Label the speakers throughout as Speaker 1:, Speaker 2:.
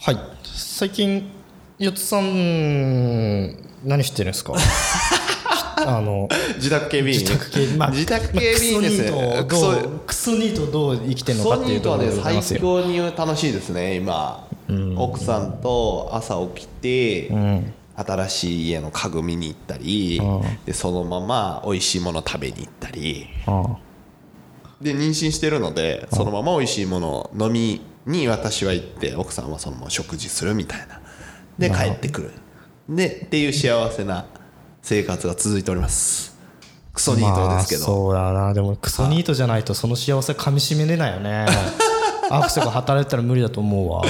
Speaker 1: はい最近四つさん何してるんです かあの
Speaker 2: 自宅警備員
Speaker 1: 自宅系まあ
Speaker 2: 自宅警備員です
Speaker 1: まあクソニートをどうクソニートをどう生きてるの
Speaker 2: ソ
Speaker 1: かってい
Speaker 2: ニ
Speaker 1: う
Speaker 2: ー
Speaker 1: と
Speaker 2: と
Speaker 1: ころ
Speaker 2: は
Speaker 1: で
Speaker 2: ね
Speaker 1: ございますよ、
Speaker 2: 最高に楽しいですね今奥さんと朝起きて、
Speaker 1: うん、
Speaker 2: 新しい家の家具見に行ったり、
Speaker 1: うん
Speaker 2: でそのまま美味しいもの食べに行ったり
Speaker 1: あ
Speaker 2: で妊娠してるのでそのまま美味しいものを飲みに私は行って奥さんはそのまま食事するみたいなで帰ってくるでっていう幸せな生活が続いておりますクソニートですけ
Speaker 1: まあ
Speaker 2: ど、
Speaker 1: そうだなでもクソニートじゃないとその幸せかみしめれないよ ねアクセが働いてたら無理だと思うわ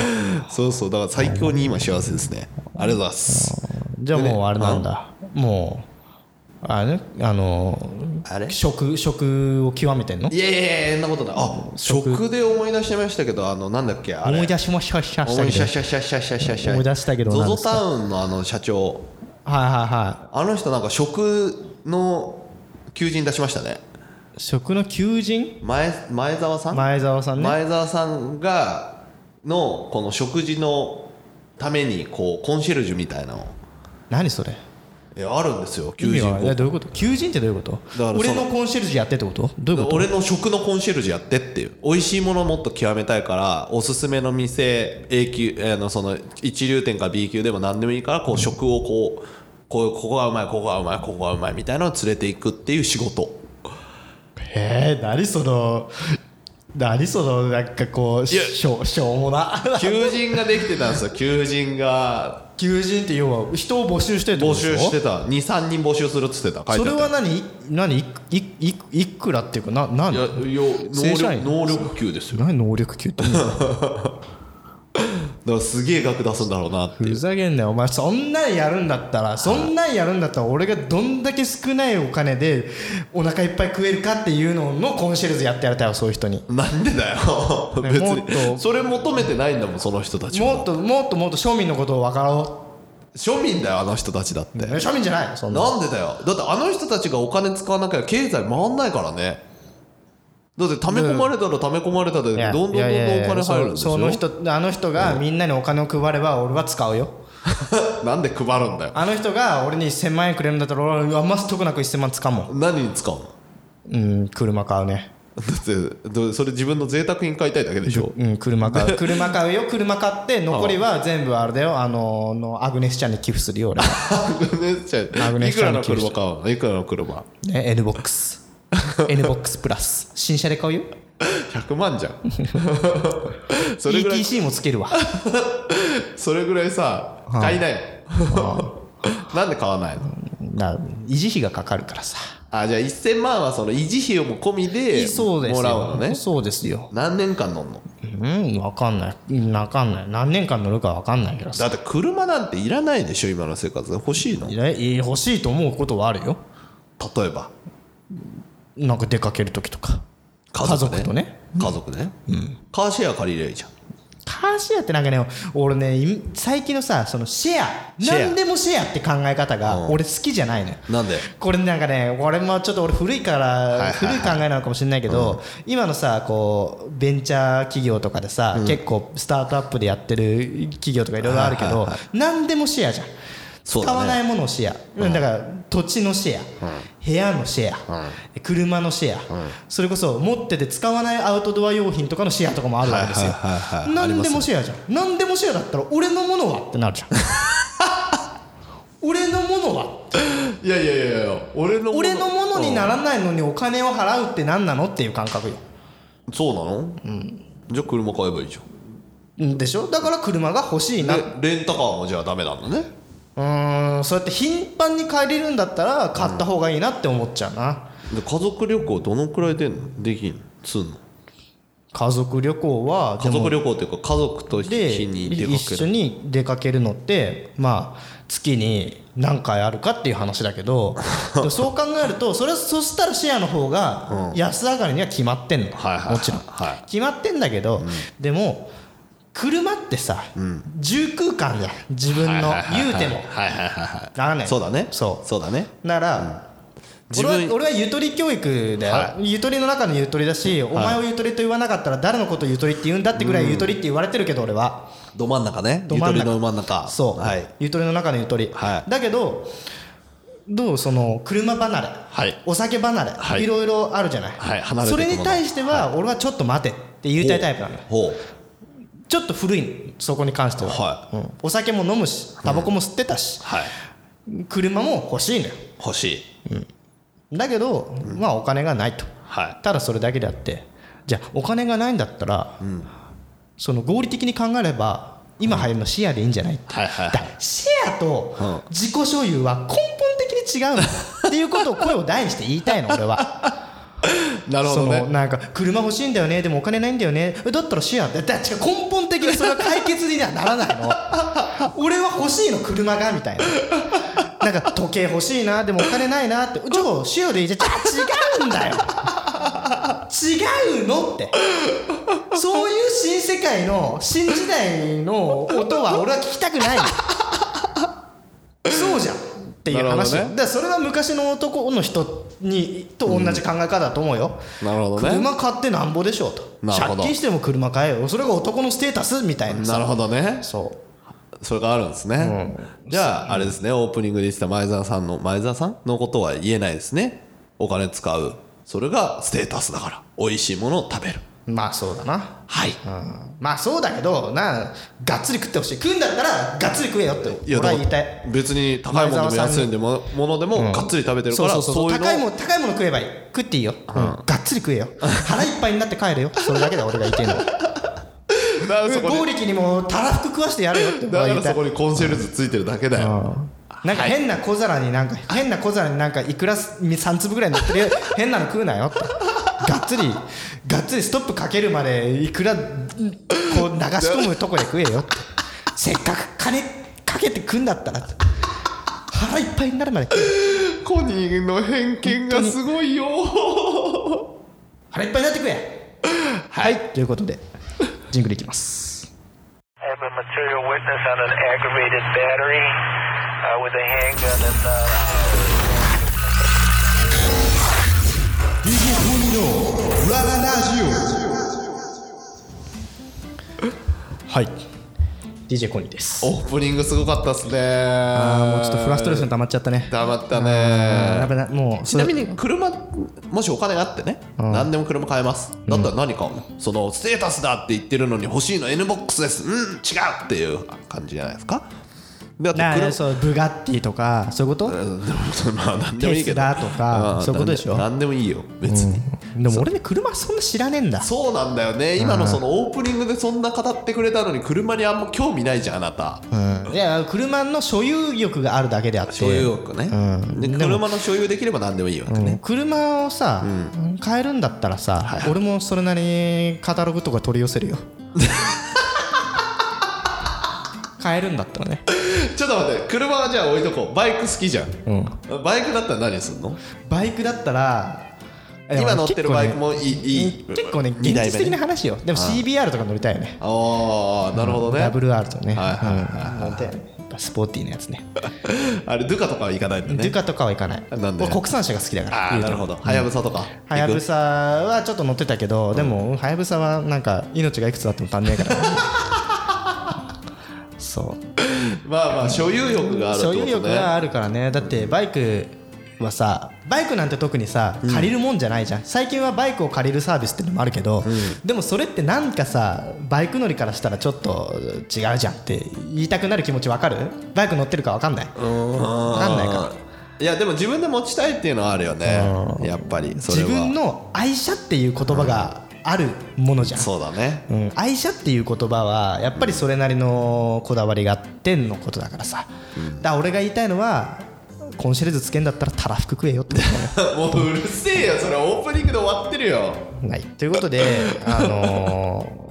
Speaker 2: そうそうだから最強に今幸せですねありがとうございます
Speaker 1: じゃあ
Speaker 2: でね
Speaker 1: もうあれなんだ、もうあれねあの
Speaker 2: あれ
Speaker 1: 食食を極めてんの
Speaker 2: いやいやいやそんなことないあ
Speaker 1: 食
Speaker 2: 食で思い出しましたけどあのなんだっけあれ
Speaker 1: 思い出しましたした
Speaker 2: 思い出
Speaker 1: け
Speaker 2: した
Speaker 1: ど
Speaker 2: シャシャシャシャシャシャ
Speaker 1: 思い出したけどなん
Speaker 2: ゾ
Speaker 1: で
Speaker 2: ゾ
Speaker 1: すか
Speaker 2: タウンのあの社長
Speaker 1: はいはいは
Speaker 2: あの人なんか食の求人出しましたね
Speaker 1: い食の求人
Speaker 2: 前前澤さん
Speaker 1: 前澤さんね
Speaker 2: 前澤さんがのこの食事のためにこうコンシェルジュみたいなの
Speaker 1: 何それ
Speaker 2: えあるんですよ
Speaker 1: 意
Speaker 2: 求
Speaker 1: 味
Speaker 2: 人
Speaker 1: はえ
Speaker 2: 広
Speaker 1: どういうこと求人ってどういうこと
Speaker 2: らその
Speaker 1: 俺のコンシェルジュやってってことどういう
Speaker 2: 告
Speaker 1: こと
Speaker 2: 俺の食のコンシェルジュやってっていう美味しいものもっと極めたいからおすすめの店 A 級あのその一流店か B 級でも何でもいいからこう食をこうこうここがうまいここがうまいここがうまいみたいなのを連れていくっていう仕事
Speaker 1: へえ何その何そのなんかこう
Speaker 2: いや
Speaker 1: しょうしょうもな
Speaker 2: 求人ができてたんですよ求人が
Speaker 1: 求人って要は人を募集してるってこ
Speaker 2: 募
Speaker 1: とでしょ
Speaker 2: 集してた23人募集するっつってた書い
Speaker 1: そ
Speaker 2: て
Speaker 1: れ
Speaker 2: あっ
Speaker 1: は何何いいいいくらっていうかな何
Speaker 2: たいやいや
Speaker 1: 正社員
Speaker 2: 能力能力級ですよ
Speaker 1: 何能力級って言うんだ
Speaker 2: だからすげえ額出すんだろうなって
Speaker 1: ふざけんなよお前そんなんやるんだったらそんなんやるんだったら俺がどんだけ少ないお金でお腹いっぱい食えるかっていうののコンシェルジュやってやりたいわそういう人に
Speaker 2: なんでだよ
Speaker 1: ね
Speaker 2: 別
Speaker 1: もっと
Speaker 2: にそれ求めてないんだもんその人たち
Speaker 1: もっ
Speaker 2: も
Speaker 1: ともっともっと庶民のことを分かろ
Speaker 2: 庶民だよあの人たちだって
Speaker 1: うえ庶民じゃないそんな
Speaker 2: なんでだよだってあの人たちがお金使わなきゃ経済回んないからねだって溜め込まれたら溜め込まれたでどん
Speaker 1: いや
Speaker 2: どんどんどんお
Speaker 1: いやいやい
Speaker 2: 金
Speaker 1: や
Speaker 2: 入るんでし
Speaker 1: そ
Speaker 2: ょ
Speaker 1: その人あの人がみんなにお金を配れば俺は使うよ
Speaker 2: なんで配るんだよ
Speaker 1: あの人が俺に1000万円くれるんだったら俺は余すとこなく1000万使うもん
Speaker 2: 何に使うのだ
Speaker 1: うん車買うね
Speaker 2: ってどそれ自分の贅沢品買いたいだけでしょ
Speaker 1: うん車買う車買うよ車買って残りは全部あれだよあののアグネスちゃんに寄付するよ俺は
Speaker 2: ねじゃあ
Speaker 1: アグネ
Speaker 2: い
Speaker 1: ス
Speaker 2: く
Speaker 1: ちゃ
Speaker 2: ら
Speaker 1: んに
Speaker 2: の
Speaker 1: 寄付
Speaker 2: 車
Speaker 1: し
Speaker 2: 買うのいくらの車
Speaker 1: ね N ボック ス N ボックスプラス新車で買うよ
Speaker 2: 100万 じゃんそれぐらい
Speaker 1: ETC もつけるわ
Speaker 2: それぐらいさ買いなよなんで買わないの
Speaker 1: な維持費がかかるからさ
Speaker 2: あじゃあ1000万はその維持費をも込みで
Speaker 1: そうですよ
Speaker 2: もらうのね
Speaker 1: そうですよ
Speaker 2: 何年間乗んの
Speaker 1: うんわかんないうんわかんない何年間乗るかわかんないけどさ
Speaker 2: だって車なんていらないでしょ今の生活欲しいの
Speaker 1: い
Speaker 2: 例
Speaker 1: やいや欲しいと思うことはあるよ
Speaker 2: えば
Speaker 1: なんか出かける時とか
Speaker 2: 家族,、
Speaker 1: 家族とね
Speaker 2: 家族ね、カーシェア借りればいいじゃん
Speaker 1: カーシェアってなんかね俺ねい最近のさそのシェア
Speaker 2: シェア
Speaker 1: 何でもシェアって考え方が俺好きじゃないのよ
Speaker 2: なんで
Speaker 1: これなんかね俺もちょっと俺古いから、
Speaker 2: はい
Speaker 1: 古い考えなのかもしれないけど、今のさこうベンチャー企業とかでさ、結構スタートアップでやってる企業とかいろいろあるけど、
Speaker 2: はいはいはい
Speaker 1: 何でもシェアじゃん、使
Speaker 2: そうだね
Speaker 1: わないものをシェア、だから土地のシェア、部屋のシェア、車のシェア、それこそ持ってて使わないアウトドア用品とかのシェアとかもあるわけですよ、
Speaker 2: はいはいはいはい
Speaker 1: 何でもシェアじゃん、何でもシェアだったら俺のものはってなる じゃん俺のものはって
Speaker 2: いやいやいやいや俺の
Speaker 1: 俺のものにならないのにお金を払うって何なのっていう感覚よ
Speaker 2: うんそうなの、じゃあ車買えばいいじ
Speaker 1: うんでしょだから車が欲しい
Speaker 2: ゃ
Speaker 1: なん
Speaker 2: でレンタカーもじゃあダメなんだね
Speaker 1: うーんそうやって頻繁に借りるんだったら買った方がいいなって思っちゃうな、
Speaker 2: で家族旅行どのくらいでんのできんのつんの
Speaker 1: 家族旅行はで
Speaker 2: 家
Speaker 1: も
Speaker 2: 族旅行っていうか家族と
Speaker 1: で
Speaker 2: 日に出か
Speaker 1: 一
Speaker 2: け
Speaker 1: 緒
Speaker 2: る
Speaker 1: に出かけるのってまあ月に何回あるかっていう話だけ どでもそう考えるとそれそしたらシェアの方が安上がりには決まってんの、
Speaker 2: はいはいはい
Speaker 1: もちろん、
Speaker 2: はい
Speaker 1: 決まってんだけど、でも車ってさ、重空間じゃん自分の言うても
Speaker 2: はいはいはいは
Speaker 1: だね
Speaker 2: いそうだね
Speaker 1: そう
Speaker 2: そうだね
Speaker 1: なら、
Speaker 2: 自
Speaker 1: 俺は
Speaker 2: 分
Speaker 1: 俺はゆとり教育だよ、
Speaker 2: は
Speaker 1: ゆとりの中のゆとりだし、お前をゆとりと言わなかったら誰のことをゆとりって言うんだってぐらいゆとりって言われてるけど俺は、
Speaker 2: ど真ん中ね
Speaker 1: ど
Speaker 2: ゆ
Speaker 1: 真
Speaker 2: と
Speaker 1: ん中
Speaker 2: りの真ん中
Speaker 1: そう、
Speaker 2: はい
Speaker 1: ゆとりの中のゆとり、
Speaker 2: はい
Speaker 1: だけどどうその車離れ、
Speaker 2: はい
Speaker 1: お酒離れ、
Speaker 2: はい
Speaker 1: い、ろいろあるじゃない、
Speaker 2: はい離れて
Speaker 1: そ
Speaker 2: いくもの
Speaker 1: れに対しては俺はちょっと待てって言いたいタイプなのよ
Speaker 2: ほう
Speaker 1: ちょっと古いのそこに関しては、
Speaker 2: は
Speaker 1: うんお酒も飲むしタバコも吸ってたし、
Speaker 2: はい
Speaker 1: 車も欲しいのよ
Speaker 2: 欲しい
Speaker 1: だけど、まあお金がないと
Speaker 2: は
Speaker 1: ただそれだけであってじゃあお金がないんだったら、その合理的に考えれば今流行るのシェアでいいんじゃないって、
Speaker 2: はいはいはい
Speaker 1: だシェアと
Speaker 2: う
Speaker 1: 自己所有は根本的に違うんだっていうことを声を大にして言いたいの俺は。
Speaker 2: いなるほど
Speaker 1: その
Speaker 2: ね
Speaker 1: なんか車欲しいんだよねでもお金ないんだよねえだったらシェアだだ違う根本的にそれは解決にはならないの 俺は欲しいの車がみたいな。なんか時計欲しいなでもお金ないなってじゃあシェアでいいじゃん違うんだよ違うのってそういう新世界の新時代の音は俺は聞きたくないのそうじゃんっていう
Speaker 2: なるほ
Speaker 1: 話、
Speaker 2: どね
Speaker 1: だからそれは昔の男の人にと同じ考え方だと思うよ、
Speaker 2: なるほどね
Speaker 1: 車買ってなんぼでしょうと
Speaker 2: なるほ
Speaker 1: 借
Speaker 2: ど
Speaker 1: 金しても車買えよそれが男のステータスみたいなさ
Speaker 2: なるほどね
Speaker 1: そう
Speaker 2: それがあるんですね、じゃああれですねオープニングで言ってた前澤さんの前澤さんのことは言えないですねお金使うそれがステータスだから美味しいものを食べる
Speaker 1: まあそうだな
Speaker 2: はい
Speaker 1: うんまあそうだけどながっつり食ってほしい食うんだったらがっつり食えよって俺は言いたい
Speaker 2: 別に高いものでも
Speaker 1: 前澤さんに
Speaker 2: 安いんでもものでもがっつり食べてるか
Speaker 1: そう
Speaker 2: ら、
Speaker 1: そうそう
Speaker 2: そういうの
Speaker 1: 高いもん高いもの食えばいい食っていいよ、うんがっつり食えよ腹いっぱいになって帰れよそれだけだ俺が言ってんの
Speaker 2: だからそこに
Speaker 1: 剛力にもたらふく食わしてやるよって俺
Speaker 2: だ
Speaker 1: は
Speaker 2: か
Speaker 1: 言い
Speaker 2: ら
Speaker 1: たい
Speaker 2: そこにコンシェルジュついてるだけだよ、
Speaker 1: なんか変な小皿になんか変な小皿になんかいくら3粒ぐらい乗 ってる変なの食うなよってがっつりがっつりストップかけるまでいくらこう流し込むとこで食えよってせっかく金かけて食うんだったらって腹いっぱいになるまで食え
Speaker 2: コニーの偏見がすごいよ
Speaker 1: 腹いっぱいになってくれはい、ということでジングルいきます
Speaker 3: I have a material witness on an aggravated battery uh, with a handgun and. Uh
Speaker 4: DJ トミーの裏ララジオ
Speaker 1: はい DJ コニーです
Speaker 2: オープニングすごかったっすね
Speaker 1: あーもうちょっとフラストレーション溜まっちゃったね
Speaker 2: 溜まった
Speaker 1: や
Speaker 2: ね
Speaker 1: べなもう
Speaker 2: ち
Speaker 1: それ
Speaker 2: なみに車もしお金があってね、何でも車買えますだったら何買うの、そのステータスだって言ってるのに欲しいの N ボックスですうん違うっていう感じじゃないですかだって
Speaker 1: な
Speaker 2: 車
Speaker 1: そうブガッティとかそういうこと
Speaker 2: うんでもそれまあ何でもいいけど
Speaker 1: テスラとか
Speaker 2: ん
Speaker 1: そういうことでしょ
Speaker 2: 何でもいいよ別に、
Speaker 1: でも俺ね車そんな知らねえんだ
Speaker 2: そうなんだよね今のそのオープニングでそんな語ってくれたのに車にあんま興味ないじゃんあなた、
Speaker 1: うんいや車の所有欲があるだけであって
Speaker 2: 所有欲ね、
Speaker 1: うん
Speaker 2: で車の所有できれば何でもいいわけね、
Speaker 1: うん車をさ、買えるんだったらさ、俺もそれなりにカタログとか取り寄せ るよ買えるんだったらね
Speaker 2: ちょっと待って車はじゃあ置いとこうバイク好きじゃん、バイクだったら何するの
Speaker 1: バイクだったら
Speaker 2: 今乗ってるバイクもいい,、いい
Speaker 1: 結構ね
Speaker 2: 二
Speaker 1: 現
Speaker 2: 台目
Speaker 1: 実的な話よでも CBR とか乗りたいよね
Speaker 2: ああなるほどね、
Speaker 1: WR とね
Speaker 2: はいはい
Speaker 1: うん乗りたいよねやっぱスポーティーなやつね
Speaker 2: あれドゥカとかは行かないんだ
Speaker 1: デ
Speaker 2: ね
Speaker 1: ュカとかは行かない
Speaker 2: なんで
Speaker 1: 俺国産車が好きだから
Speaker 2: ああなるほどはやぶさとか
Speaker 1: はやぶ
Speaker 2: さ
Speaker 1: さはちょっと乗ってたけど、でもはやぶさはなんか命がいくつあっても足んねえ から、そう
Speaker 2: まあまあ所有欲があるって
Speaker 1: 所
Speaker 2: ことね
Speaker 1: 有欲があるからねだってバイクはさバイクなんて特にさ借りるもんじゃないじゃん、最近はバイクを借りるサービスってのもあるけど、でもそれってなんかさバイク乗りからしたらちょっと違うじゃんって言いたくなる気持ちわかるバイク乗ってるかわかんないわかんないから
Speaker 2: いやでも自分で持ちたいっていうのはあるよねやっぱりそれ
Speaker 1: 自
Speaker 2: は
Speaker 1: 分の愛車っていう言葉があるものじゃん
Speaker 2: そうだね
Speaker 1: うん、愛車っていう言葉はやっぱりそれなりのこだわりがあってのことだからさ、だから俺が言いたいのはコンシェルジュつけんだったらたらふく食えよってことだよ
Speaker 2: もううるせえよそれオープニングで終わってるよ
Speaker 1: はいということで、あの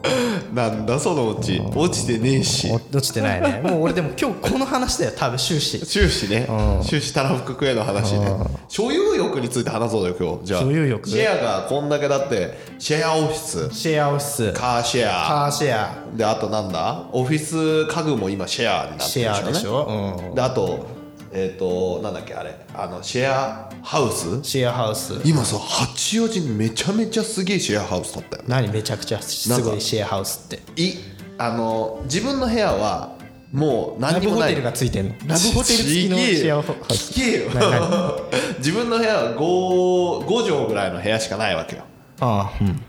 Speaker 2: なんだそのうち落ちてねえ し
Speaker 1: ー、お落ちてないねもう俺でも今日この話だよ多分終始
Speaker 2: 終始ね終始たらふく食えの話ね所有欲について話そうだよ今日じゃあ
Speaker 1: 所有欲
Speaker 2: シェアがこんだけだってシェアオフィス
Speaker 1: シェアオフィス
Speaker 2: カーシェア
Speaker 1: カーシェア
Speaker 2: であとなんだオフィス家具も今シェアになってるでしょ
Speaker 1: シェアでしょ
Speaker 2: であとえっ、となんだっけあれあのシェアハウス
Speaker 1: シェアハウス
Speaker 2: 今さ八王子にめちゃめちゃすげえシェアハウスだったよね
Speaker 1: 何めちゃくちゃす
Speaker 2: なんか
Speaker 1: ごいシェアハウスって
Speaker 2: いあの自分の部屋はもう
Speaker 1: ラ
Speaker 2: 何に
Speaker 1: ブ
Speaker 2: も
Speaker 1: ホ
Speaker 2: ない
Speaker 1: テルがついてんのラブホテル付きのシェアハウス
Speaker 2: 聞けよ
Speaker 1: な何
Speaker 2: 自分の部屋は 5, 5畳ぐらいの部屋しかないわけよ
Speaker 1: ああうん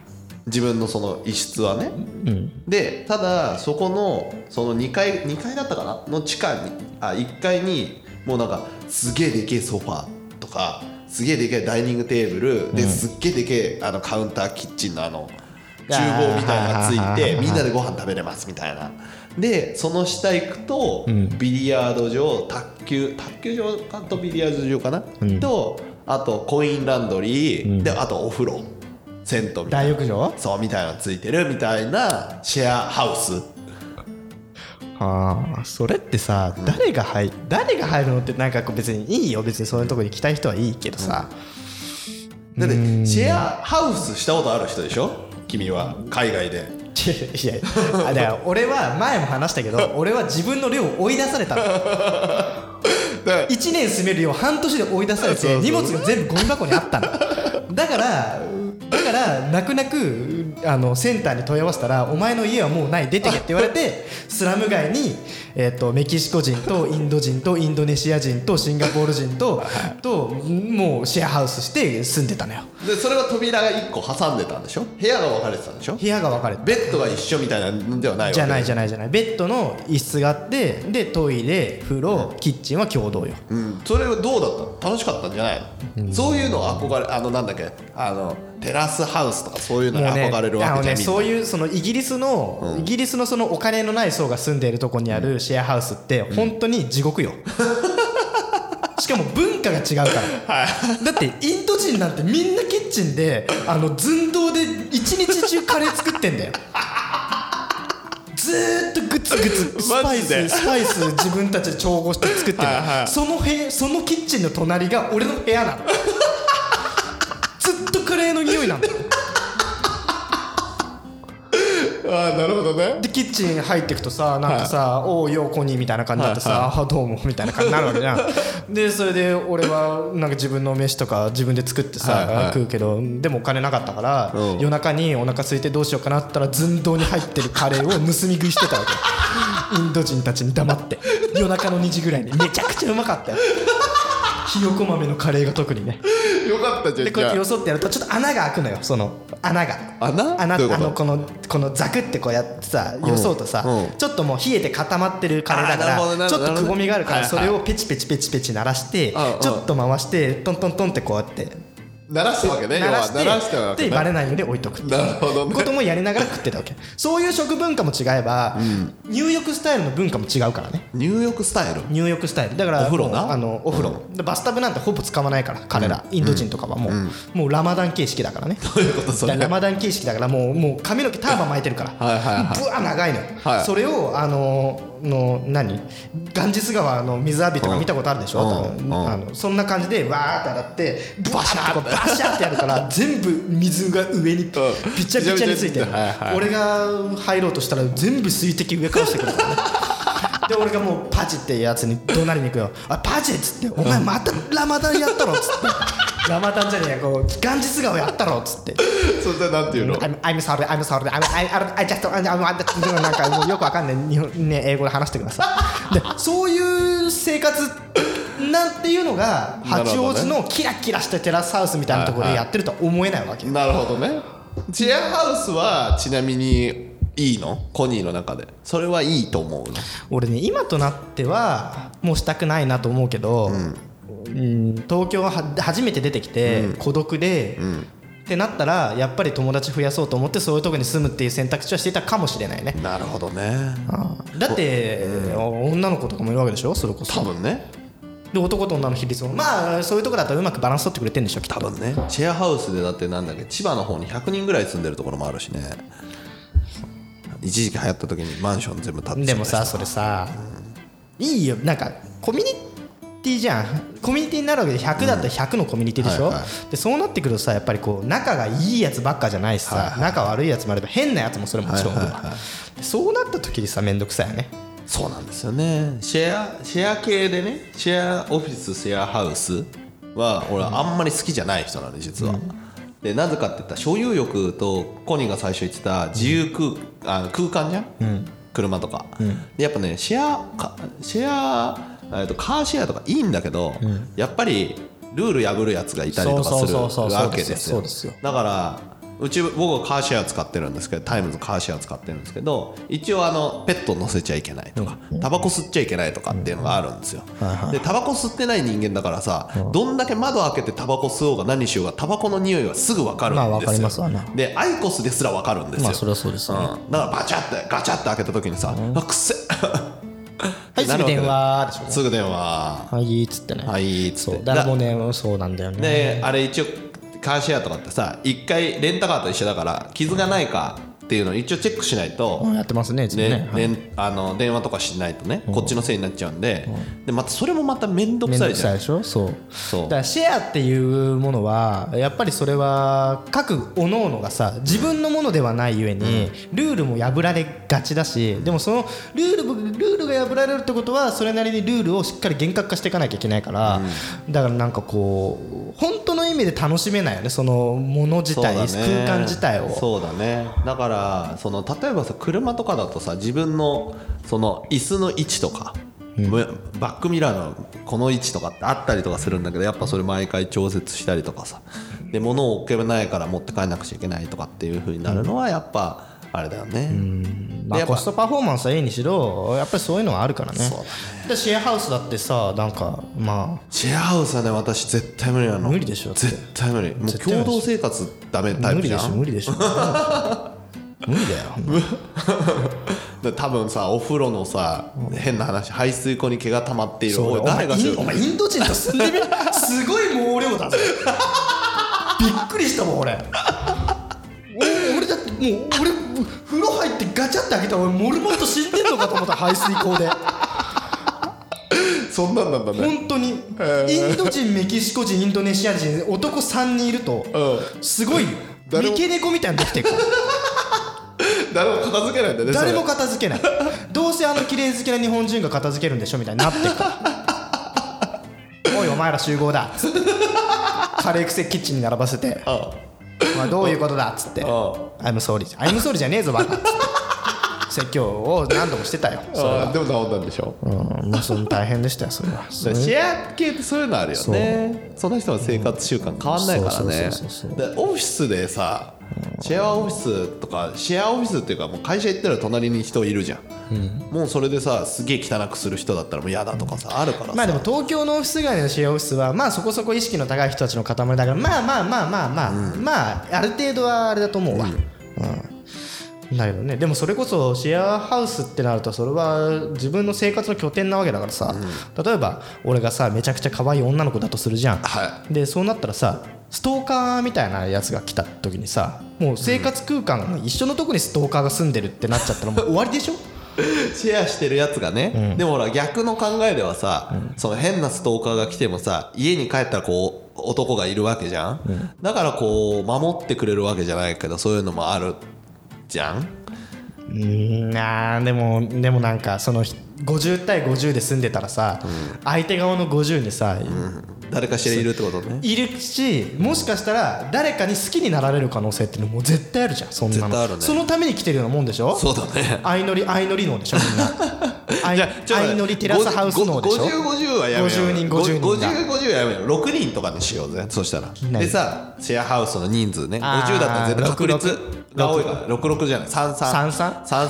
Speaker 2: 自分のその一室はね、でただそこのその2階2階だったかなの地下にあ1階にもうなんかすげえでけえソファーとかすげえでけえダイニングテーブル、ですっげえでけえあのカウンターキッチンのあの
Speaker 1: あー
Speaker 2: 厨房みたいなのがつい
Speaker 1: はいはいはい
Speaker 2: て
Speaker 1: はい
Speaker 2: みんなでご飯食べれますみたいなでその下行くと、ビリヤード場卓球卓球場かとビリヤード場かな、とあとコインランドリー、であとお風呂銭湯みたいな
Speaker 1: 大浴場
Speaker 2: そうみたいなのついてるみたいなシェアハウス
Speaker 1: ああそれってさ誰が入誰が入るのってなんかこう別にいいよ別にそういうとこに来たい人はいいけどさ
Speaker 2: だってシェアハウスしたことある人でしょ君は海外で
Speaker 1: いや いやあだから俺は前も話したけ ど俺は自分の寮を追い出されたの
Speaker 2: から
Speaker 1: 1年住める寮半年で追い出され
Speaker 2: そうそ
Speaker 1: て
Speaker 2: う
Speaker 1: 荷物が全部ゴミ箱にあったのだからだから泣く泣くあのセンターに問い合わせたら「お前の家はもうない出てけ」って言われ てスラム街に、えー、とメキシコ人とインド人とインドネシア人とシンガポール人とともうシェアハウスして住んでたのよ
Speaker 2: でそれは扉が1個挟んでたんでしょ部屋が分かれてたんでしょ
Speaker 1: 部屋が分かれて
Speaker 2: ベッドが一緒みたいなんではないわけ
Speaker 1: じゃないじ
Speaker 2: ゃ
Speaker 1: ゃないじゃないベッドの一室があってでトイレ風呂キッチンは共同よ
Speaker 2: うん、それはどうだったの楽しかったんじゃないの、そういうの憧れあのなんだっけあのテラスハウスとかそういうのに
Speaker 1: もうね
Speaker 2: 憧れるわ
Speaker 1: あの
Speaker 2: けじ
Speaker 1: ね
Speaker 2: ゃんみんな
Speaker 1: そういうそのイギリスの、イギリスのそのお金のない層が住んでいるとこにあるシェアハウスって本当に地 獄よ、しかも文化が違うから、だってインド人なんてみんなキッチンであの寸胴で一日中カレー作ってんだ よずーっとグツグツスパ
Speaker 2: マ
Speaker 1: イ
Speaker 2: ジで
Speaker 1: ススパイス自分たちで調合して作ってるの
Speaker 2: はいはい
Speaker 1: その部屋そのキッチンの隣が俺の部屋なのずっとカレーの匂いなんだよ
Speaker 2: ああなるほど ね
Speaker 1: でキッチン入ってくとさなんかさ「おおようこに」みたいな感じになってさ「あどうも」みたいな感じになるわけじゃ んでそれで俺はなんか自分の飯とか自分で作ってさ、
Speaker 2: はいはい
Speaker 1: 食うけどでもお金なかったから、
Speaker 2: うん
Speaker 1: 夜中にお腹空いてどうしようかなって言ったら寸胴に入ってるカレーを盗 み食いしてたわけインド人たちに黙って夜中の2時ぐらいにめちゃくちゃうまかった よひよこ豆のカレーが特にね
Speaker 2: よかったじゃん
Speaker 1: でこうやって
Speaker 2: じゃ
Speaker 1: よ
Speaker 2: あ
Speaker 1: そってやるとちょっと穴が開くのよその穴が
Speaker 2: 穴
Speaker 1: 穴
Speaker 2: どういうこ
Speaker 1: あ
Speaker 2: と
Speaker 1: のこのこのザクってこうやってさ
Speaker 2: ん
Speaker 1: よそうとさ、
Speaker 2: うん
Speaker 1: ちょっともう冷えて固まってるカレーだか
Speaker 2: あーなるほど
Speaker 1: ら
Speaker 2: なる
Speaker 1: ち
Speaker 2: ほ
Speaker 1: ょ
Speaker 2: ど
Speaker 1: っとくぼみがあるから
Speaker 2: なるほ
Speaker 1: そ
Speaker 2: ど
Speaker 1: れをペチペチペチペチ鳴らしてち
Speaker 2: うんうん
Speaker 1: ょっと回してトントントンってこうやって
Speaker 2: 鳴らしたわけね
Speaker 1: 鳴
Speaker 2: 要は
Speaker 1: らして
Speaker 2: 鳴らしたわけね
Speaker 1: でバレないので置いとくっていう
Speaker 2: なるほどね
Speaker 1: こともやりながら食ってたわけそういう食文化も違えば入浴スタイルの文化も違うからね
Speaker 2: 入浴スタイル
Speaker 1: 入浴スタイルだから
Speaker 2: お風呂な
Speaker 1: もうあのお風呂、でバスタブなんてほぼ使わないから彼ら、インド人とかはもう、もうラマダン形式だからね
Speaker 2: どういうことそれ
Speaker 1: だからラマダン形式だからもうもう髪の毛ターバン巻いてるから
Speaker 2: はいはいはい
Speaker 1: ぶわ長いのよ、
Speaker 2: はい
Speaker 1: それをあのの何ガンジス川の水浴びとか見たことあるでしょ、
Speaker 2: うん
Speaker 1: 多分
Speaker 2: うん
Speaker 1: あのそんな感じでわーって洗ってバシャーってバシャーってやるから全部水が上にびちゃびちゃについてるの、
Speaker 2: はいはい
Speaker 1: 俺が入ろうとしたら全部水滴上からしてくるからねで俺がもうパチってやつに怒鳴りに行くよ「あパチ!」っつって「お前またラマダンやったろ」っつって「ラマダンじゃねえやこうガンジス川やったろ」っつって
Speaker 2: それなんていうの
Speaker 1: I'm, I'm sorry, I'm sorry, I'm, I, I, I just, I'm, I'm, I'm, なんかもうよくわかんない日本、ね、英語で話してください。で、そういう生活なんていうのが、
Speaker 2: なるほ
Speaker 1: 八
Speaker 2: どね
Speaker 1: 王子のキラキラしたテラスハウスみたいなところでやってるとは思えないわけ。
Speaker 2: なるほどねチェアハウスはちなみにいいのコニーの中でそれはいいと思うの
Speaker 1: 俺ね、今となっては、もうしたくないなと思うけど、うん東京は初めて出てきて、孤独で、ってなったらやっぱり友達増やそうと思ってそういうとこに住むっていう選択肢はしていたかもしれないね
Speaker 2: なるほどね
Speaker 1: だって、女の子とかもいるわけでしょそれこそ
Speaker 2: 多分ね
Speaker 1: で男と女の比率もまあそういうとこだったらうまくバランス取ってくれてるんでしょきっと
Speaker 2: 多分ねチェアハウスでだってなんだっけ千葉の方に100人ぐらい住んでるところもあるしね一時期流行った時にマンション全部建って
Speaker 1: でもさ
Speaker 2: そ
Speaker 1: それさ、いいよなんかコミュニティじゃんコミュニティになるわけで100だったら100のコミュニティでしょ、
Speaker 2: はいは
Speaker 1: でそうなってくるとさやっぱりこう仲がいいやつばっかじゃないしさ、仲悪いやつもあれば変なやつもそれもちろんいるわ、でそうなった時にさ面倒くさいよね
Speaker 2: そうなんですよねシェアシェア系でねシェアオフィスシェアハウスは俺あんまり好きじゃない人なの実は、でなぜかって言ったら所有欲とコニーが最初言ってた自由空,、あ空間じゃん、車とか、でやっぱねシェアかシェアえっとカーシェアとかいいんだけど、やっぱりルール破るやつがいたりとか
Speaker 1: そう
Speaker 2: す
Speaker 1: そう
Speaker 2: る
Speaker 1: そうそう
Speaker 2: わけです
Speaker 1: そう
Speaker 2: よ
Speaker 1: ですよ
Speaker 2: だからうち僕はカーシェア使ってるんですけどタイムズカーシェア使ってるんですけど一応あのペット乗せちゃいけないとかタバコ吸っちゃいけないとかっていうのがあるんですよでタバコ吸ってない人間だからさどんだけ窓開けてタバコ吸おうが何しようがタバコの匂いはすぐ分かるんですよ
Speaker 1: まあわかりますわな
Speaker 2: でアイコスですら分かるんですよ
Speaker 1: まあそれはそうですよね
Speaker 2: んだからバチャってガチャって開けた時にさあくっせ
Speaker 1: はい
Speaker 2: な
Speaker 1: 次
Speaker 2: るわけ
Speaker 1: 電
Speaker 2: で
Speaker 1: 話でしょ
Speaker 2: すぐ電話
Speaker 1: はいっつってね
Speaker 2: はいっつ
Speaker 1: そ
Speaker 2: って
Speaker 1: うだからもうねそうなんだよね
Speaker 2: であれ一応カーシェアとかってさ一回レンタカーと一緒だから傷がないかっていうのを一応チェックしないと、
Speaker 1: うんやってますねいつも
Speaker 2: ね
Speaker 1: ねはい
Speaker 2: 連あの電話とかしないとね、こっちのせいになっちゃうんで,、でまたそれもまた面倒く
Speaker 1: 面
Speaker 2: さ
Speaker 1: 倒
Speaker 2: い
Speaker 1: く
Speaker 2: じゃ
Speaker 1: さい
Speaker 2: ん
Speaker 1: でしょそう
Speaker 2: そう
Speaker 1: だからシェアっていうものはやっぱりそれは各おののがさ自分のものではないゆえにルールも破られがちだしでもそのルールもルールが破られるってことはそれなりにルールをしっかり厳格化していかなきゃいけないからだからなんかこう本当の意味で楽しめないよねそのもの自体
Speaker 2: そうだね
Speaker 1: 空間自体を
Speaker 2: そうだねだからその例えばさ車とかだとさ自分のその椅子の位置とか、むバックミラーのこの位置とかってあったりとかするんだけどやっぱそれ毎回調節したりとかさで物を置けないから持って帰んなくちゃいけないとかっていう風になるのはやっぱあれだよね、
Speaker 1: まあ、
Speaker 2: やっぱ
Speaker 1: コストパフォーマンスはいいにしろやっぱりそういうのはあるからね
Speaker 2: そうだね
Speaker 1: でシェアハウスだってさなんかまあ
Speaker 2: シェアハウスはね私絶対無理なの
Speaker 1: 無理でしょ
Speaker 2: 絶対無理もう
Speaker 1: 絶対無
Speaker 2: 共
Speaker 1: 理でしょ
Speaker 2: 同生活ダメタイ
Speaker 1: 無理
Speaker 2: プじゃ
Speaker 1: でしょ
Speaker 2: ん
Speaker 1: 無理で しょ無理だよ
Speaker 2: で多分さお風呂のさ変な話排水溝に毛が溜まっている
Speaker 1: そう
Speaker 2: おい誰が
Speaker 1: お
Speaker 2: 知
Speaker 1: 前イ
Speaker 2: る
Speaker 1: ンお前インド人と住んで みすごい毛量だぜびっくりしたもん俺お俺だってもう俺風呂入ってガチャって開けたら俺モルモット死んでんのかと思った排水溝で
Speaker 2: そんなんなんだね
Speaker 1: 本当にインド人メキシコ人インドネシア人男3人いると
Speaker 2: う
Speaker 1: すごい
Speaker 2: 誰
Speaker 1: 三
Speaker 2: も
Speaker 1: 毛猫みたいにできてる
Speaker 2: 誰も片付けないんだよね
Speaker 1: 誰も
Speaker 2: それ
Speaker 1: 片付けないどうせあの綺麗好きな日本人が片付ける んでしょみたいになってくるおいお前ら集合だつってカレー癖キッチンに並ばせて
Speaker 2: あ
Speaker 1: まあどういうことだっつって
Speaker 2: あ
Speaker 1: 「アイムソーリー」「アイムソーリーじゃねえぞバカ」っつって説教を何度もしてたよそれ
Speaker 2: あ
Speaker 1: は
Speaker 2: あでも治ったんでしょ
Speaker 1: うんまあその大変でしたよそれは
Speaker 2: だからシェア系ってそういうのあるよねその人の生活習慣変わんないからね
Speaker 1: そうそうそうそう
Speaker 2: でオフィスでさシェアオフィスとかシェアオフィスっていうかもう会社行ったら隣に人いるじゃん、もうそれでさすげえ汚くする人だったらもう嫌だとかさあるからさ
Speaker 1: まあでも東京のオフィス街のシェアオフィスはまあそこそこ意識の高い人たちの塊だからまあまあまあまあまあ、まあある程度はあれだと思うわ、うんだけどねでもそれこそシェアハウスってなるとそれは自分の生活の拠点なわけだからさ、例えば俺がさめちゃくちゃ可愛い女の子だとするじゃん、
Speaker 2: は
Speaker 1: でそうなったらさストーカーみたいなやつが来た時にさもう生活空間が一緒のとこにストーカーが住んでるってなっちゃったらもう終わりでしょ
Speaker 2: シェアしてるやつがね、でもほら逆の考えではさ、その変なストーカーが来てもさ家に帰ったらこう男がいるわけじゃん、だからこう守ってくれるわけじゃないけどそういうのもあるじゃん
Speaker 1: うーんあーでもでもなんかそのひ50対50で住んでたらさ、相手側の50にさ、
Speaker 2: 誰かしらいるってことね
Speaker 1: いるしもしかしたら誰かに好きになられる可能性っていうのも絶対あるじゃんそんな
Speaker 2: 絶対ある
Speaker 1: の、
Speaker 2: ね
Speaker 1: そのために来てるようなもんでしょ
Speaker 2: そうだね
Speaker 1: 相乗り相乗り能でしょみん な 相相乗りテラスハウス能でしょ
Speaker 2: 5050はやめよう
Speaker 1: 50人50人だ
Speaker 2: 5050はやめよう6人とかにしようぜそしたら
Speaker 1: 何
Speaker 2: でさシェアハウスの人数ね50
Speaker 1: あー
Speaker 2: だったら絶対確率
Speaker 1: 66
Speaker 2: が多いから66じゃない
Speaker 1: 三
Speaker 2: 3333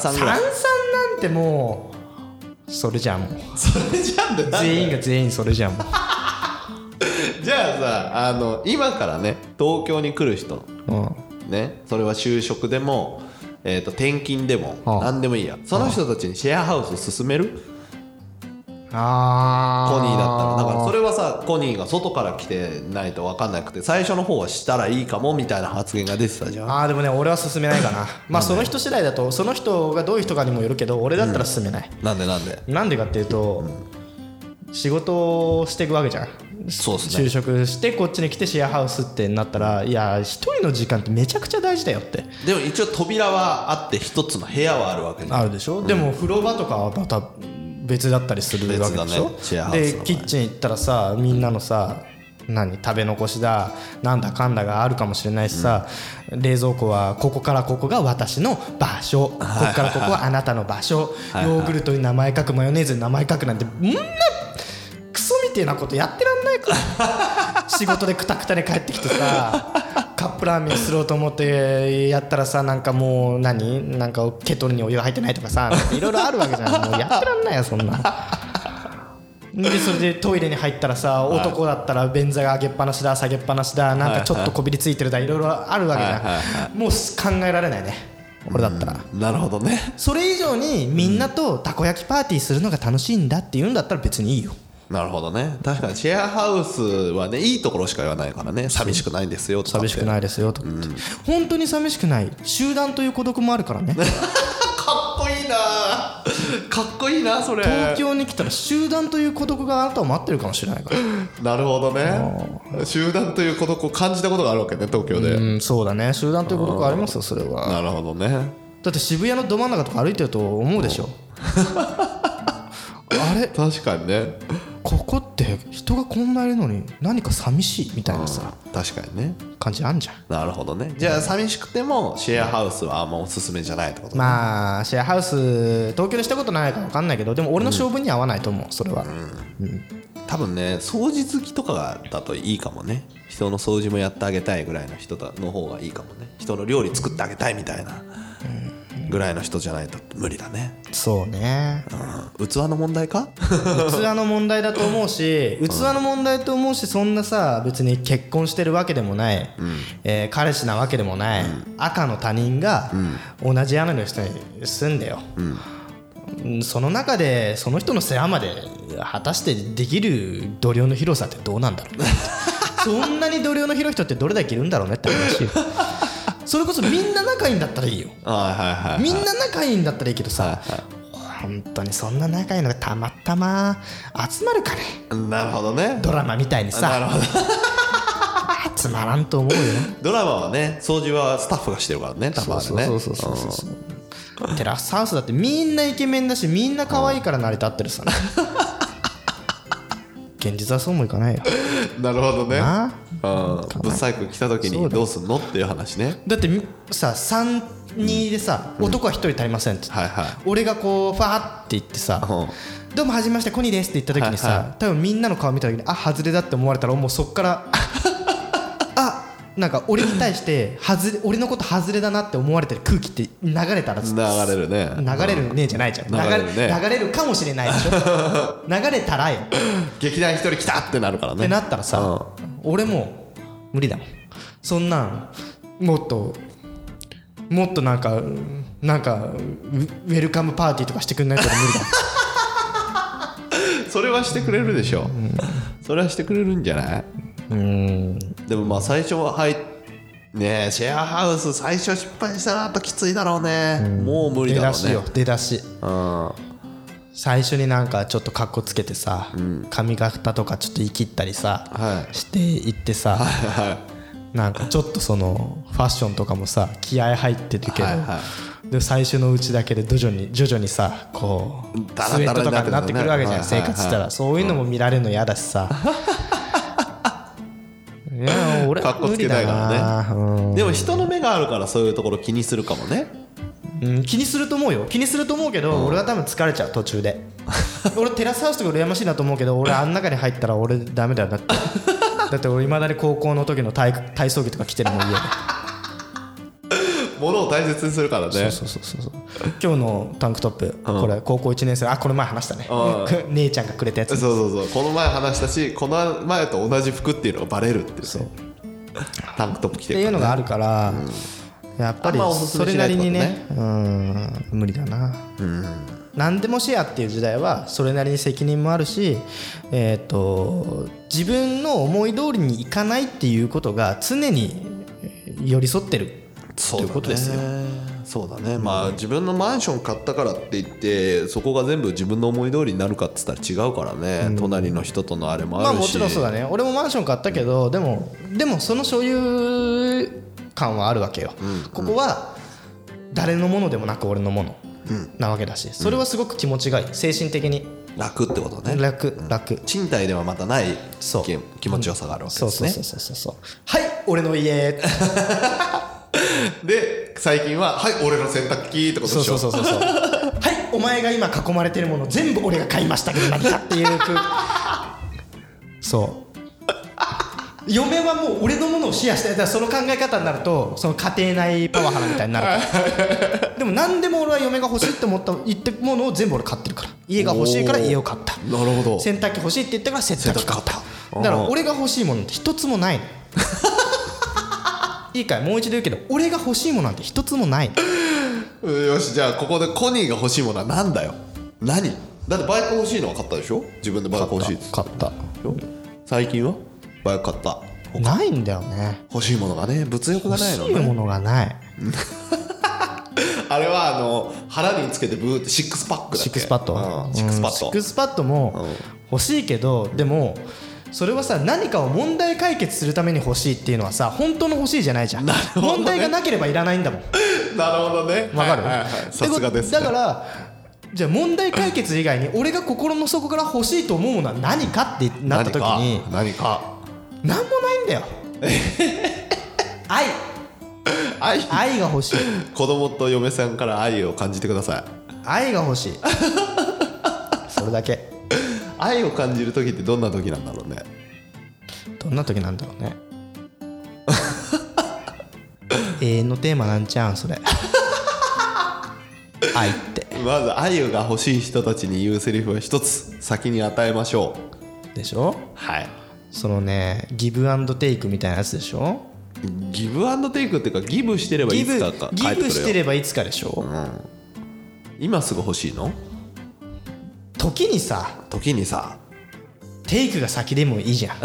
Speaker 1: 三
Speaker 2: ぐら
Speaker 1: な
Speaker 2: い
Speaker 1: んてもうそれじゃんもう
Speaker 2: それじゃんだよなんだよ
Speaker 1: 全員が全員それ じゃんもう
Speaker 2: じゃあさあの今からね東京に来る人
Speaker 1: うん
Speaker 2: ねそれは就職でも、えー、と転勤でも
Speaker 1: ああ
Speaker 2: 何でもいいやその人たちにシェアハウス勧める
Speaker 1: あ
Speaker 2: コニーだったらだ
Speaker 1: ら
Speaker 2: からそれはさコニーが外から来てないと分かんなくて最初の方はしたらいいかもみたいな発言が出てたじゃん
Speaker 1: あーでもね俺は進めないかなまあその人次第だとその人がどういう人かにもよるけど俺だったら進めない、
Speaker 2: なんでなんで
Speaker 1: なんでかっていうと、仕事をしていくわけじゃん
Speaker 2: そうっすね
Speaker 1: 就職してこっちに来てシェアハウスってなったらいや一人の時間ってめちゃくちゃ大事だよって
Speaker 2: でも一応扉はあって一つの部屋はあるわけね
Speaker 1: あるでしょ、でも風呂場とかはまた別だったりするわけでしょ、
Speaker 2: 別だねシェアハウスの
Speaker 1: で
Speaker 2: 場合
Speaker 1: キッチン行ったらさみんなのさ何食べ残しだなんだかんだがあるかもしれないしさ、冷蔵庫はここからここが私の場所ここからここはあなたの場所、ヨーグルトに名前書くマヨネーズに名前書くなんてんなクソみてえなことやってらんないから仕事でクタクタで帰ってきて さカップラーメンすろうと思ってやったらさなんかもう何なんかケトルにお湯が入ってないとかさいろいろあるわけじゃ んもうやってらんないよそんな。でそれでトイレに入ったらさ男だったら便座が上げっぱなしだ下げっぱなしだなんかちょっとこびりついてるだいろいろあるわけじ
Speaker 2: はいはい
Speaker 1: ゃんもう考えられないね俺だったら。
Speaker 2: なるほどね
Speaker 1: それ以上にみんなとたこ焼きパーティーするのが楽しいんだって言うんだったら別にいいよ。
Speaker 2: なるほどね確かにシェアハウスはねいいところしか言わないからね寂しくないんですよとか
Speaker 1: 寂しく
Speaker 2: い
Speaker 1: ないですよとかって、本当に寂しくない集団という孤独もある からね
Speaker 2: かっこいいなかっこいいなそれ
Speaker 1: 東京に来たら集団という孤独があなたを待ってるかもしれないから
Speaker 2: なるほどね集団という孤独を感じたことがあるわけね東京で、
Speaker 1: うんそうだね集団という孤独ありますよそれは
Speaker 2: なるほどね
Speaker 1: だって渋谷のど真ん中とか歩いてると思うでしょあれ
Speaker 2: 確かにね
Speaker 1: ここって人がこんないるのに何か寂しいみたいなさ
Speaker 2: 確かにね
Speaker 1: 感じあんじゃん
Speaker 2: なるほどねじゃあ寂しくてもシェアハウスはあんまおすすめじゃないってことね
Speaker 1: まあシェアハウス東京でしたことないから分かんないけどでも俺の性分には合わないと思うそれは、
Speaker 2: 多分ね掃除好きとかだといいかもね人の掃除もやってあげたいぐらいの人だの方がいいかもね人の料理作ってあげたいみたいなぐらいの人じゃないと無理だね、
Speaker 1: そうね
Speaker 2: うん、器の問題か
Speaker 1: 器の問題だと思うし器の問題と思うしそんなさ別に結婚してるわけでもない、えー彼氏なわけでもない、赤の他人が同じ屋根の人に住んでよ、うんその中でその人の世話まで果たしてできる度量の広さってどうなんだ ろうねそんなに度量の広い人ってどれだけいるんだろうねって話よそれこそみんな仲いいんだったらいいよ
Speaker 2: はいはいはい
Speaker 1: みんな仲いいんだったらいいけどさ、本当にそんな仲いいのがたまたま集まるかね
Speaker 2: なるほどね
Speaker 1: ドラマみたいに
Speaker 2: なる
Speaker 1: さ
Speaker 2: ほど
Speaker 1: つまらんと思うよ
Speaker 2: ドラマはね掃除はスタッフがしてるからね多分あれね
Speaker 1: そうそうテラスハウスだってみんなイケメンだしみんな可愛いから成り立って るさ現実はそうもいかないよ
Speaker 2: うんなるほどね
Speaker 1: なあ
Speaker 2: うんぶっさいく来た時にどうすんのっていう話ね
Speaker 1: だってみさ32でさ男は1人足りませんって
Speaker 2: はいは
Speaker 1: 俺がこうファーって言ってさ「どうもはじめましてコニーです」って言った時にさ、
Speaker 2: はいは
Speaker 1: 多分みんなの顔見た時に「あ外れだ」って思われたらもうそっから 「あなんか俺に対して外れ俺のこと外れだなって思われてる空気って流れたら
Speaker 2: 流れるね
Speaker 1: 流れるねじゃないじゃん
Speaker 2: 流れるね
Speaker 1: 流流れるかもしれないでしょ 流れたらよっ
Speaker 2: 劇団一人来たってなるからね
Speaker 1: てなったらさ
Speaker 2: う
Speaker 1: 俺もう無理だもんそんなんもっともっとなんかなんかウウェルカムパーティーとかしてくんないと俺無理だもん
Speaker 2: それはしてくれるでしょそれはしてくれるんじゃないでもまあ最初ははいねえシェアハウス最初失敗したらときついだろうねもう無理
Speaker 1: 出
Speaker 2: だ
Speaker 1: だ
Speaker 2: ろう
Speaker 1: し
Speaker 2: ね
Speaker 1: よ出だし
Speaker 2: うん
Speaker 1: 最初になんかちょっとかっこつけてさ、髪型とかちょっと言い切ったりさ、
Speaker 2: はい
Speaker 1: していってさ、なんかちょっとそのファッションとかもさ気合入ってるけど、
Speaker 2: はいは
Speaker 1: で最初のうちだけで徐々に徐々にさこう
Speaker 2: ダラ
Speaker 1: スウェットとか
Speaker 2: ダラに
Speaker 1: に
Speaker 2: な
Speaker 1: な
Speaker 2: っ
Speaker 1: ってて
Speaker 2: く
Speaker 1: く
Speaker 2: るね
Speaker 1: るわけじゃん、
Speaker 2: はいはい
Speaker 1: 生活したら、そういうのも見られるの嫌だし さ、いや俺
Speaker 2: か
Speaker 1: は
Speaker 2: っこ
Speaker 1: 無
Speaker 2: つけ
Speaker 1: 理
Speaker 2: な
Speaker 1: だ
Speaker 2: いから
Speaker 1: な
Speaker 2: ねでも人の目があるからそういうところ気にするかもね
Speaker 1: うん、気にすると思うよ気にすると思うけど、俺は多分疲れちゃう途中で 俺テラスハウスとか羨ましいなと思うけど俺あん中に入ったら俺ダメだよなって だって俺いまだに高校の時の体育体操着とか着てるもん家で
Speaker 2: 物を大切にするからね
Speaker 1: そうそうそうそう今日のタンクトップ、これ高校1年生あこれ前話したね、 姉ちゃんがくれたやつ
Speaker 2: そうそうそうこの前話したしこの前と同じ服っていうのがバレるっていうそうタンクトップ着
Speaker 1: ってていう
Speaker 2: る
Speaker 1: のがあるから、やっぱり
Speaker 2: あんまおすす
Speaker 1: そ
Speaker 2: め
Speaker 1: れ
Speaker 2: しな
Speaker 1: ないりに
Speaker 2: って
Speaker 1: ねうん無理だな、何でもシェアっていう時代はそれなりに責任もあるし、えー、と自分の思い通りにいかないっていうことが常にえー寄り添ってる
Speaker 2: そ
Speaker 1: という
Speaker 2: うだね
Speaker 1: ことですよ
Speaker 2: そうだね、まあ自分のマンション買ったからって言ってそこが全部自分の思い通りになるかっつったら違うからね、隣の人とのあれも
Speaker 1: ま
Speaker 2: あ
Speaker 1: あ
Speaker 2: る
Speaker 1: も
Speaker 2: し、
Speaker 1: ちろんそうだね俺もマンション買ったけどでもでもその所有感はあるわけよ、ここは誰のものでもなく俺のものなわけだしそれはすごく気持ちがいい精神的に
Speaker 2: 楽ってことね
Speaker 1: 楽楽、
Speaker 2: 賃貸ではまたない
Speaker 1: そう
Speaker 2: 気気持ちよさがあるわけ
Speaker 1: そ
Speaker 2: で
Speaker 1: う
Speaker 2: す
Speaker 1: そう
Speaker 2: ね
Speaker 1: そうそうそうそうはい俺の家
Speaker 2: で最近は「はい俺の洗濯機」ってこと
Speaker 1: そう
Speaker 2: でし
Speaker 1: そ
Speaker 2: ょ
Speaker 1: うそうそうそう はいお前が今囲まれてるもの全部俺が買いましたけど何かっていう空そう嫁はもう俺のものをシェアしてだからその考え方になるとその家庭内パワハラみたいになるから でも何でも俺は嫁が欲しいって思った言ってものを全部俺買ってるから家が欲しいから家を買った
Speaker 2: なるほど
Speaker 1: 洗濯機欲しいって言ったから洗濯機買った
Speaker 2: 洗濯機買っ
Speaker 1: だか
Speaker 2: たう
Speaker 1: ら
Speaker 2: ん
Speaker 1: 俺が欲しいものって一つも ないのいいかいもう一度言うけど俺が欲しいものなんて一つもないの
Speaker 2: うんよしじゃあここでコニーが欲しいものは何だよ何だってバイク欲しいのは買ったでしょ自分でバイク欲しいっつって
Speaker 1: 買った
Speaker 2: 最近はバイク買った
Speaker 1: ないんだよね
Speaker 2: 欲しいものがね物欲が
Speaker 1: 欲
Speaker 2: ない
Speaker 1: し
Speaker 2: の
Speaker 1: い
Speaker 2: ね
Speaker 1: ものがない
Speaker 2: あれはあの腹につけてブーってシックスパックだっけ
Speaker 1: シックスパッ
Speaker 2: う
Speaker 1: ド
Speaker 2: んシックスパッ
Speaker 1: うんシッ
Speaker 2: ド
Speaker 1: クスパッドも欲しいけどでもそれはさ何かを問題解決するために欲しいっていうのはさ本当の欲しいじゃないじゃん問題がなければいらないんだもん
Speaker 2: なるほどね
Speaker 1: わかる、
Speaker 2: はいはいはいさすがです
Speaker 1: ってことだからじゃあ問題解決以外に俺が心の底から欲しいと思うものは何かってなった時に
Speaker 2: 何か
Speaker 1: 何もないん だよ愛
Speaker 2: 何か愛
Speaker 1: 愛が欲しい
Speaker 2: 子供と嫁さんから愛を感じてください
Speaker 1: 愛が欲しいそれだけ
Speaker 2: 愛を感じる時ってどんな時なんだろうね
Speaker 1: どんな時なんだろうね 永遠のテーマなんちゃうんそれ 愛って
Speaker 2: まず愛が欲しい人たちに言うセリフは一つ先に与えましょう
Speaker 1: でしょ
Speaker 2: はい
Speaker 1: そのねギブアンドテイクみたいなやつでしょ
Speaker 2: ギブアンドテイクっていうかギブしてればい
Speaker 1: ギ
Speaker 2: つ
Speaker 1: ブ
Speaker 2: かか
Speaker 1: ギブして
Speaker 2: る
Speaker 1: ればいつかでしょ、
Speaker 2: 今すぐ欲しいの
Speaker 1: 時にさ
Speaker 2: 時にさ
Speaker 1: テイクが先でもいいじゃん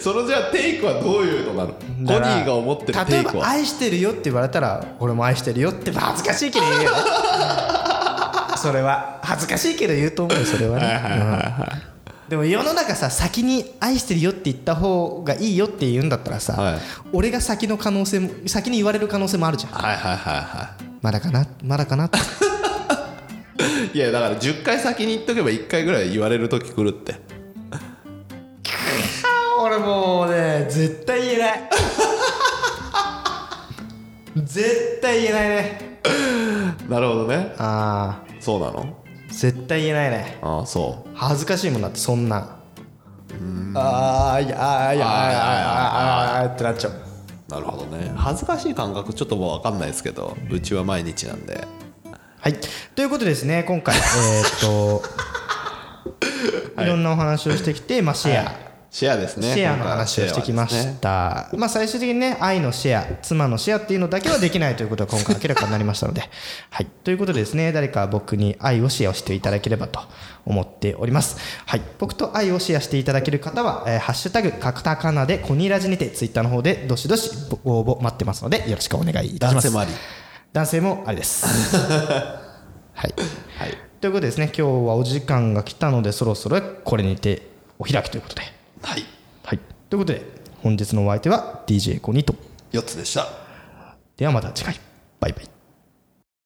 Speaker 2: そのじゃあテイクはどういうのなのコニ
Speaker 1: だから
Speaker 2: ーが思ってる
Speaker 1: 例
Speaker 2: テ
Speaker 1: え
Speaker 2: イク
Speaker 1: ば「
Speaker 2: は
Speaker 1: 愛してるよ」って言われたら「俺も愛してるよ」って恥ずかしいけど言 うよねそれは恥ずかしいけど言うと思うよそれはねうんでも世の中さ先に「愛してるよ」って言った方がいいよって言うんだったらさ、
Speaker 2: はい
Speaker 1: 俺が先の可能性も先に言われる可能性もあるじゃん
Speaker 2: はいはいはいは
Speaker 1: まだかなまだかなって
Speaker 2: いいやだから10回先に言っとけば1回ぐらい言われる時来るって
Speaker 1: 俺もうね絶対言えない 絶対言えないね
Speaker 2: なるほどね
Speaker 1: ああ
Speaker 2: そうなの
Speaker 1: 絶対言えないね
Speaker 2: ああそう
Speaker 1: 恥ずかしいもんだってそんなあーいやあーいやあーいやあーいやあーいやあーいやってなっちゃう
Speaker 2: なるほどね恥ずかしい感覚ちょっともう分かんないですけどうちは毎日なんで
Speaker 1: はいということでですね今回えーっといろんなお話をしてきて、まあ、シェア、
Speaker 2: シェアですね
Speaker 1: シェアの話をしてきま
Speaker 2: シェア
Speaker 1: し
Speaker 2: はですね
Speaker 1: た、まあ、最終的にね愛のシェア妻のシェアっていうのだけはできないということが今回明らかになりましたの で、はい、ということでですね誰か僕に愛をシェアをしていただければと思っております、はい、僕と愛をシェアしていただける方は「えーハッシュタグカタカナ」でコニーラジにてツイッターの方でどしどしご応募待ってますのでよろしくお願いいたし
Speaker 2: 男
Speaker 1: ま
Speaker 2: 性
Speaker 1: す
Speaker 2: もあり
Speaker 1: 男性もあれです はい
Speaker 2: はい
Speaker 1: ということでですね今日はお時間が来たのでそろそろこれにてお開きということで
Speaker 2: はい
Speaker 1: はい、ということで本日のお相手は DJ コニーと
Speaker 2: 4つでした
Speaker 1: ではまた次回バイバイ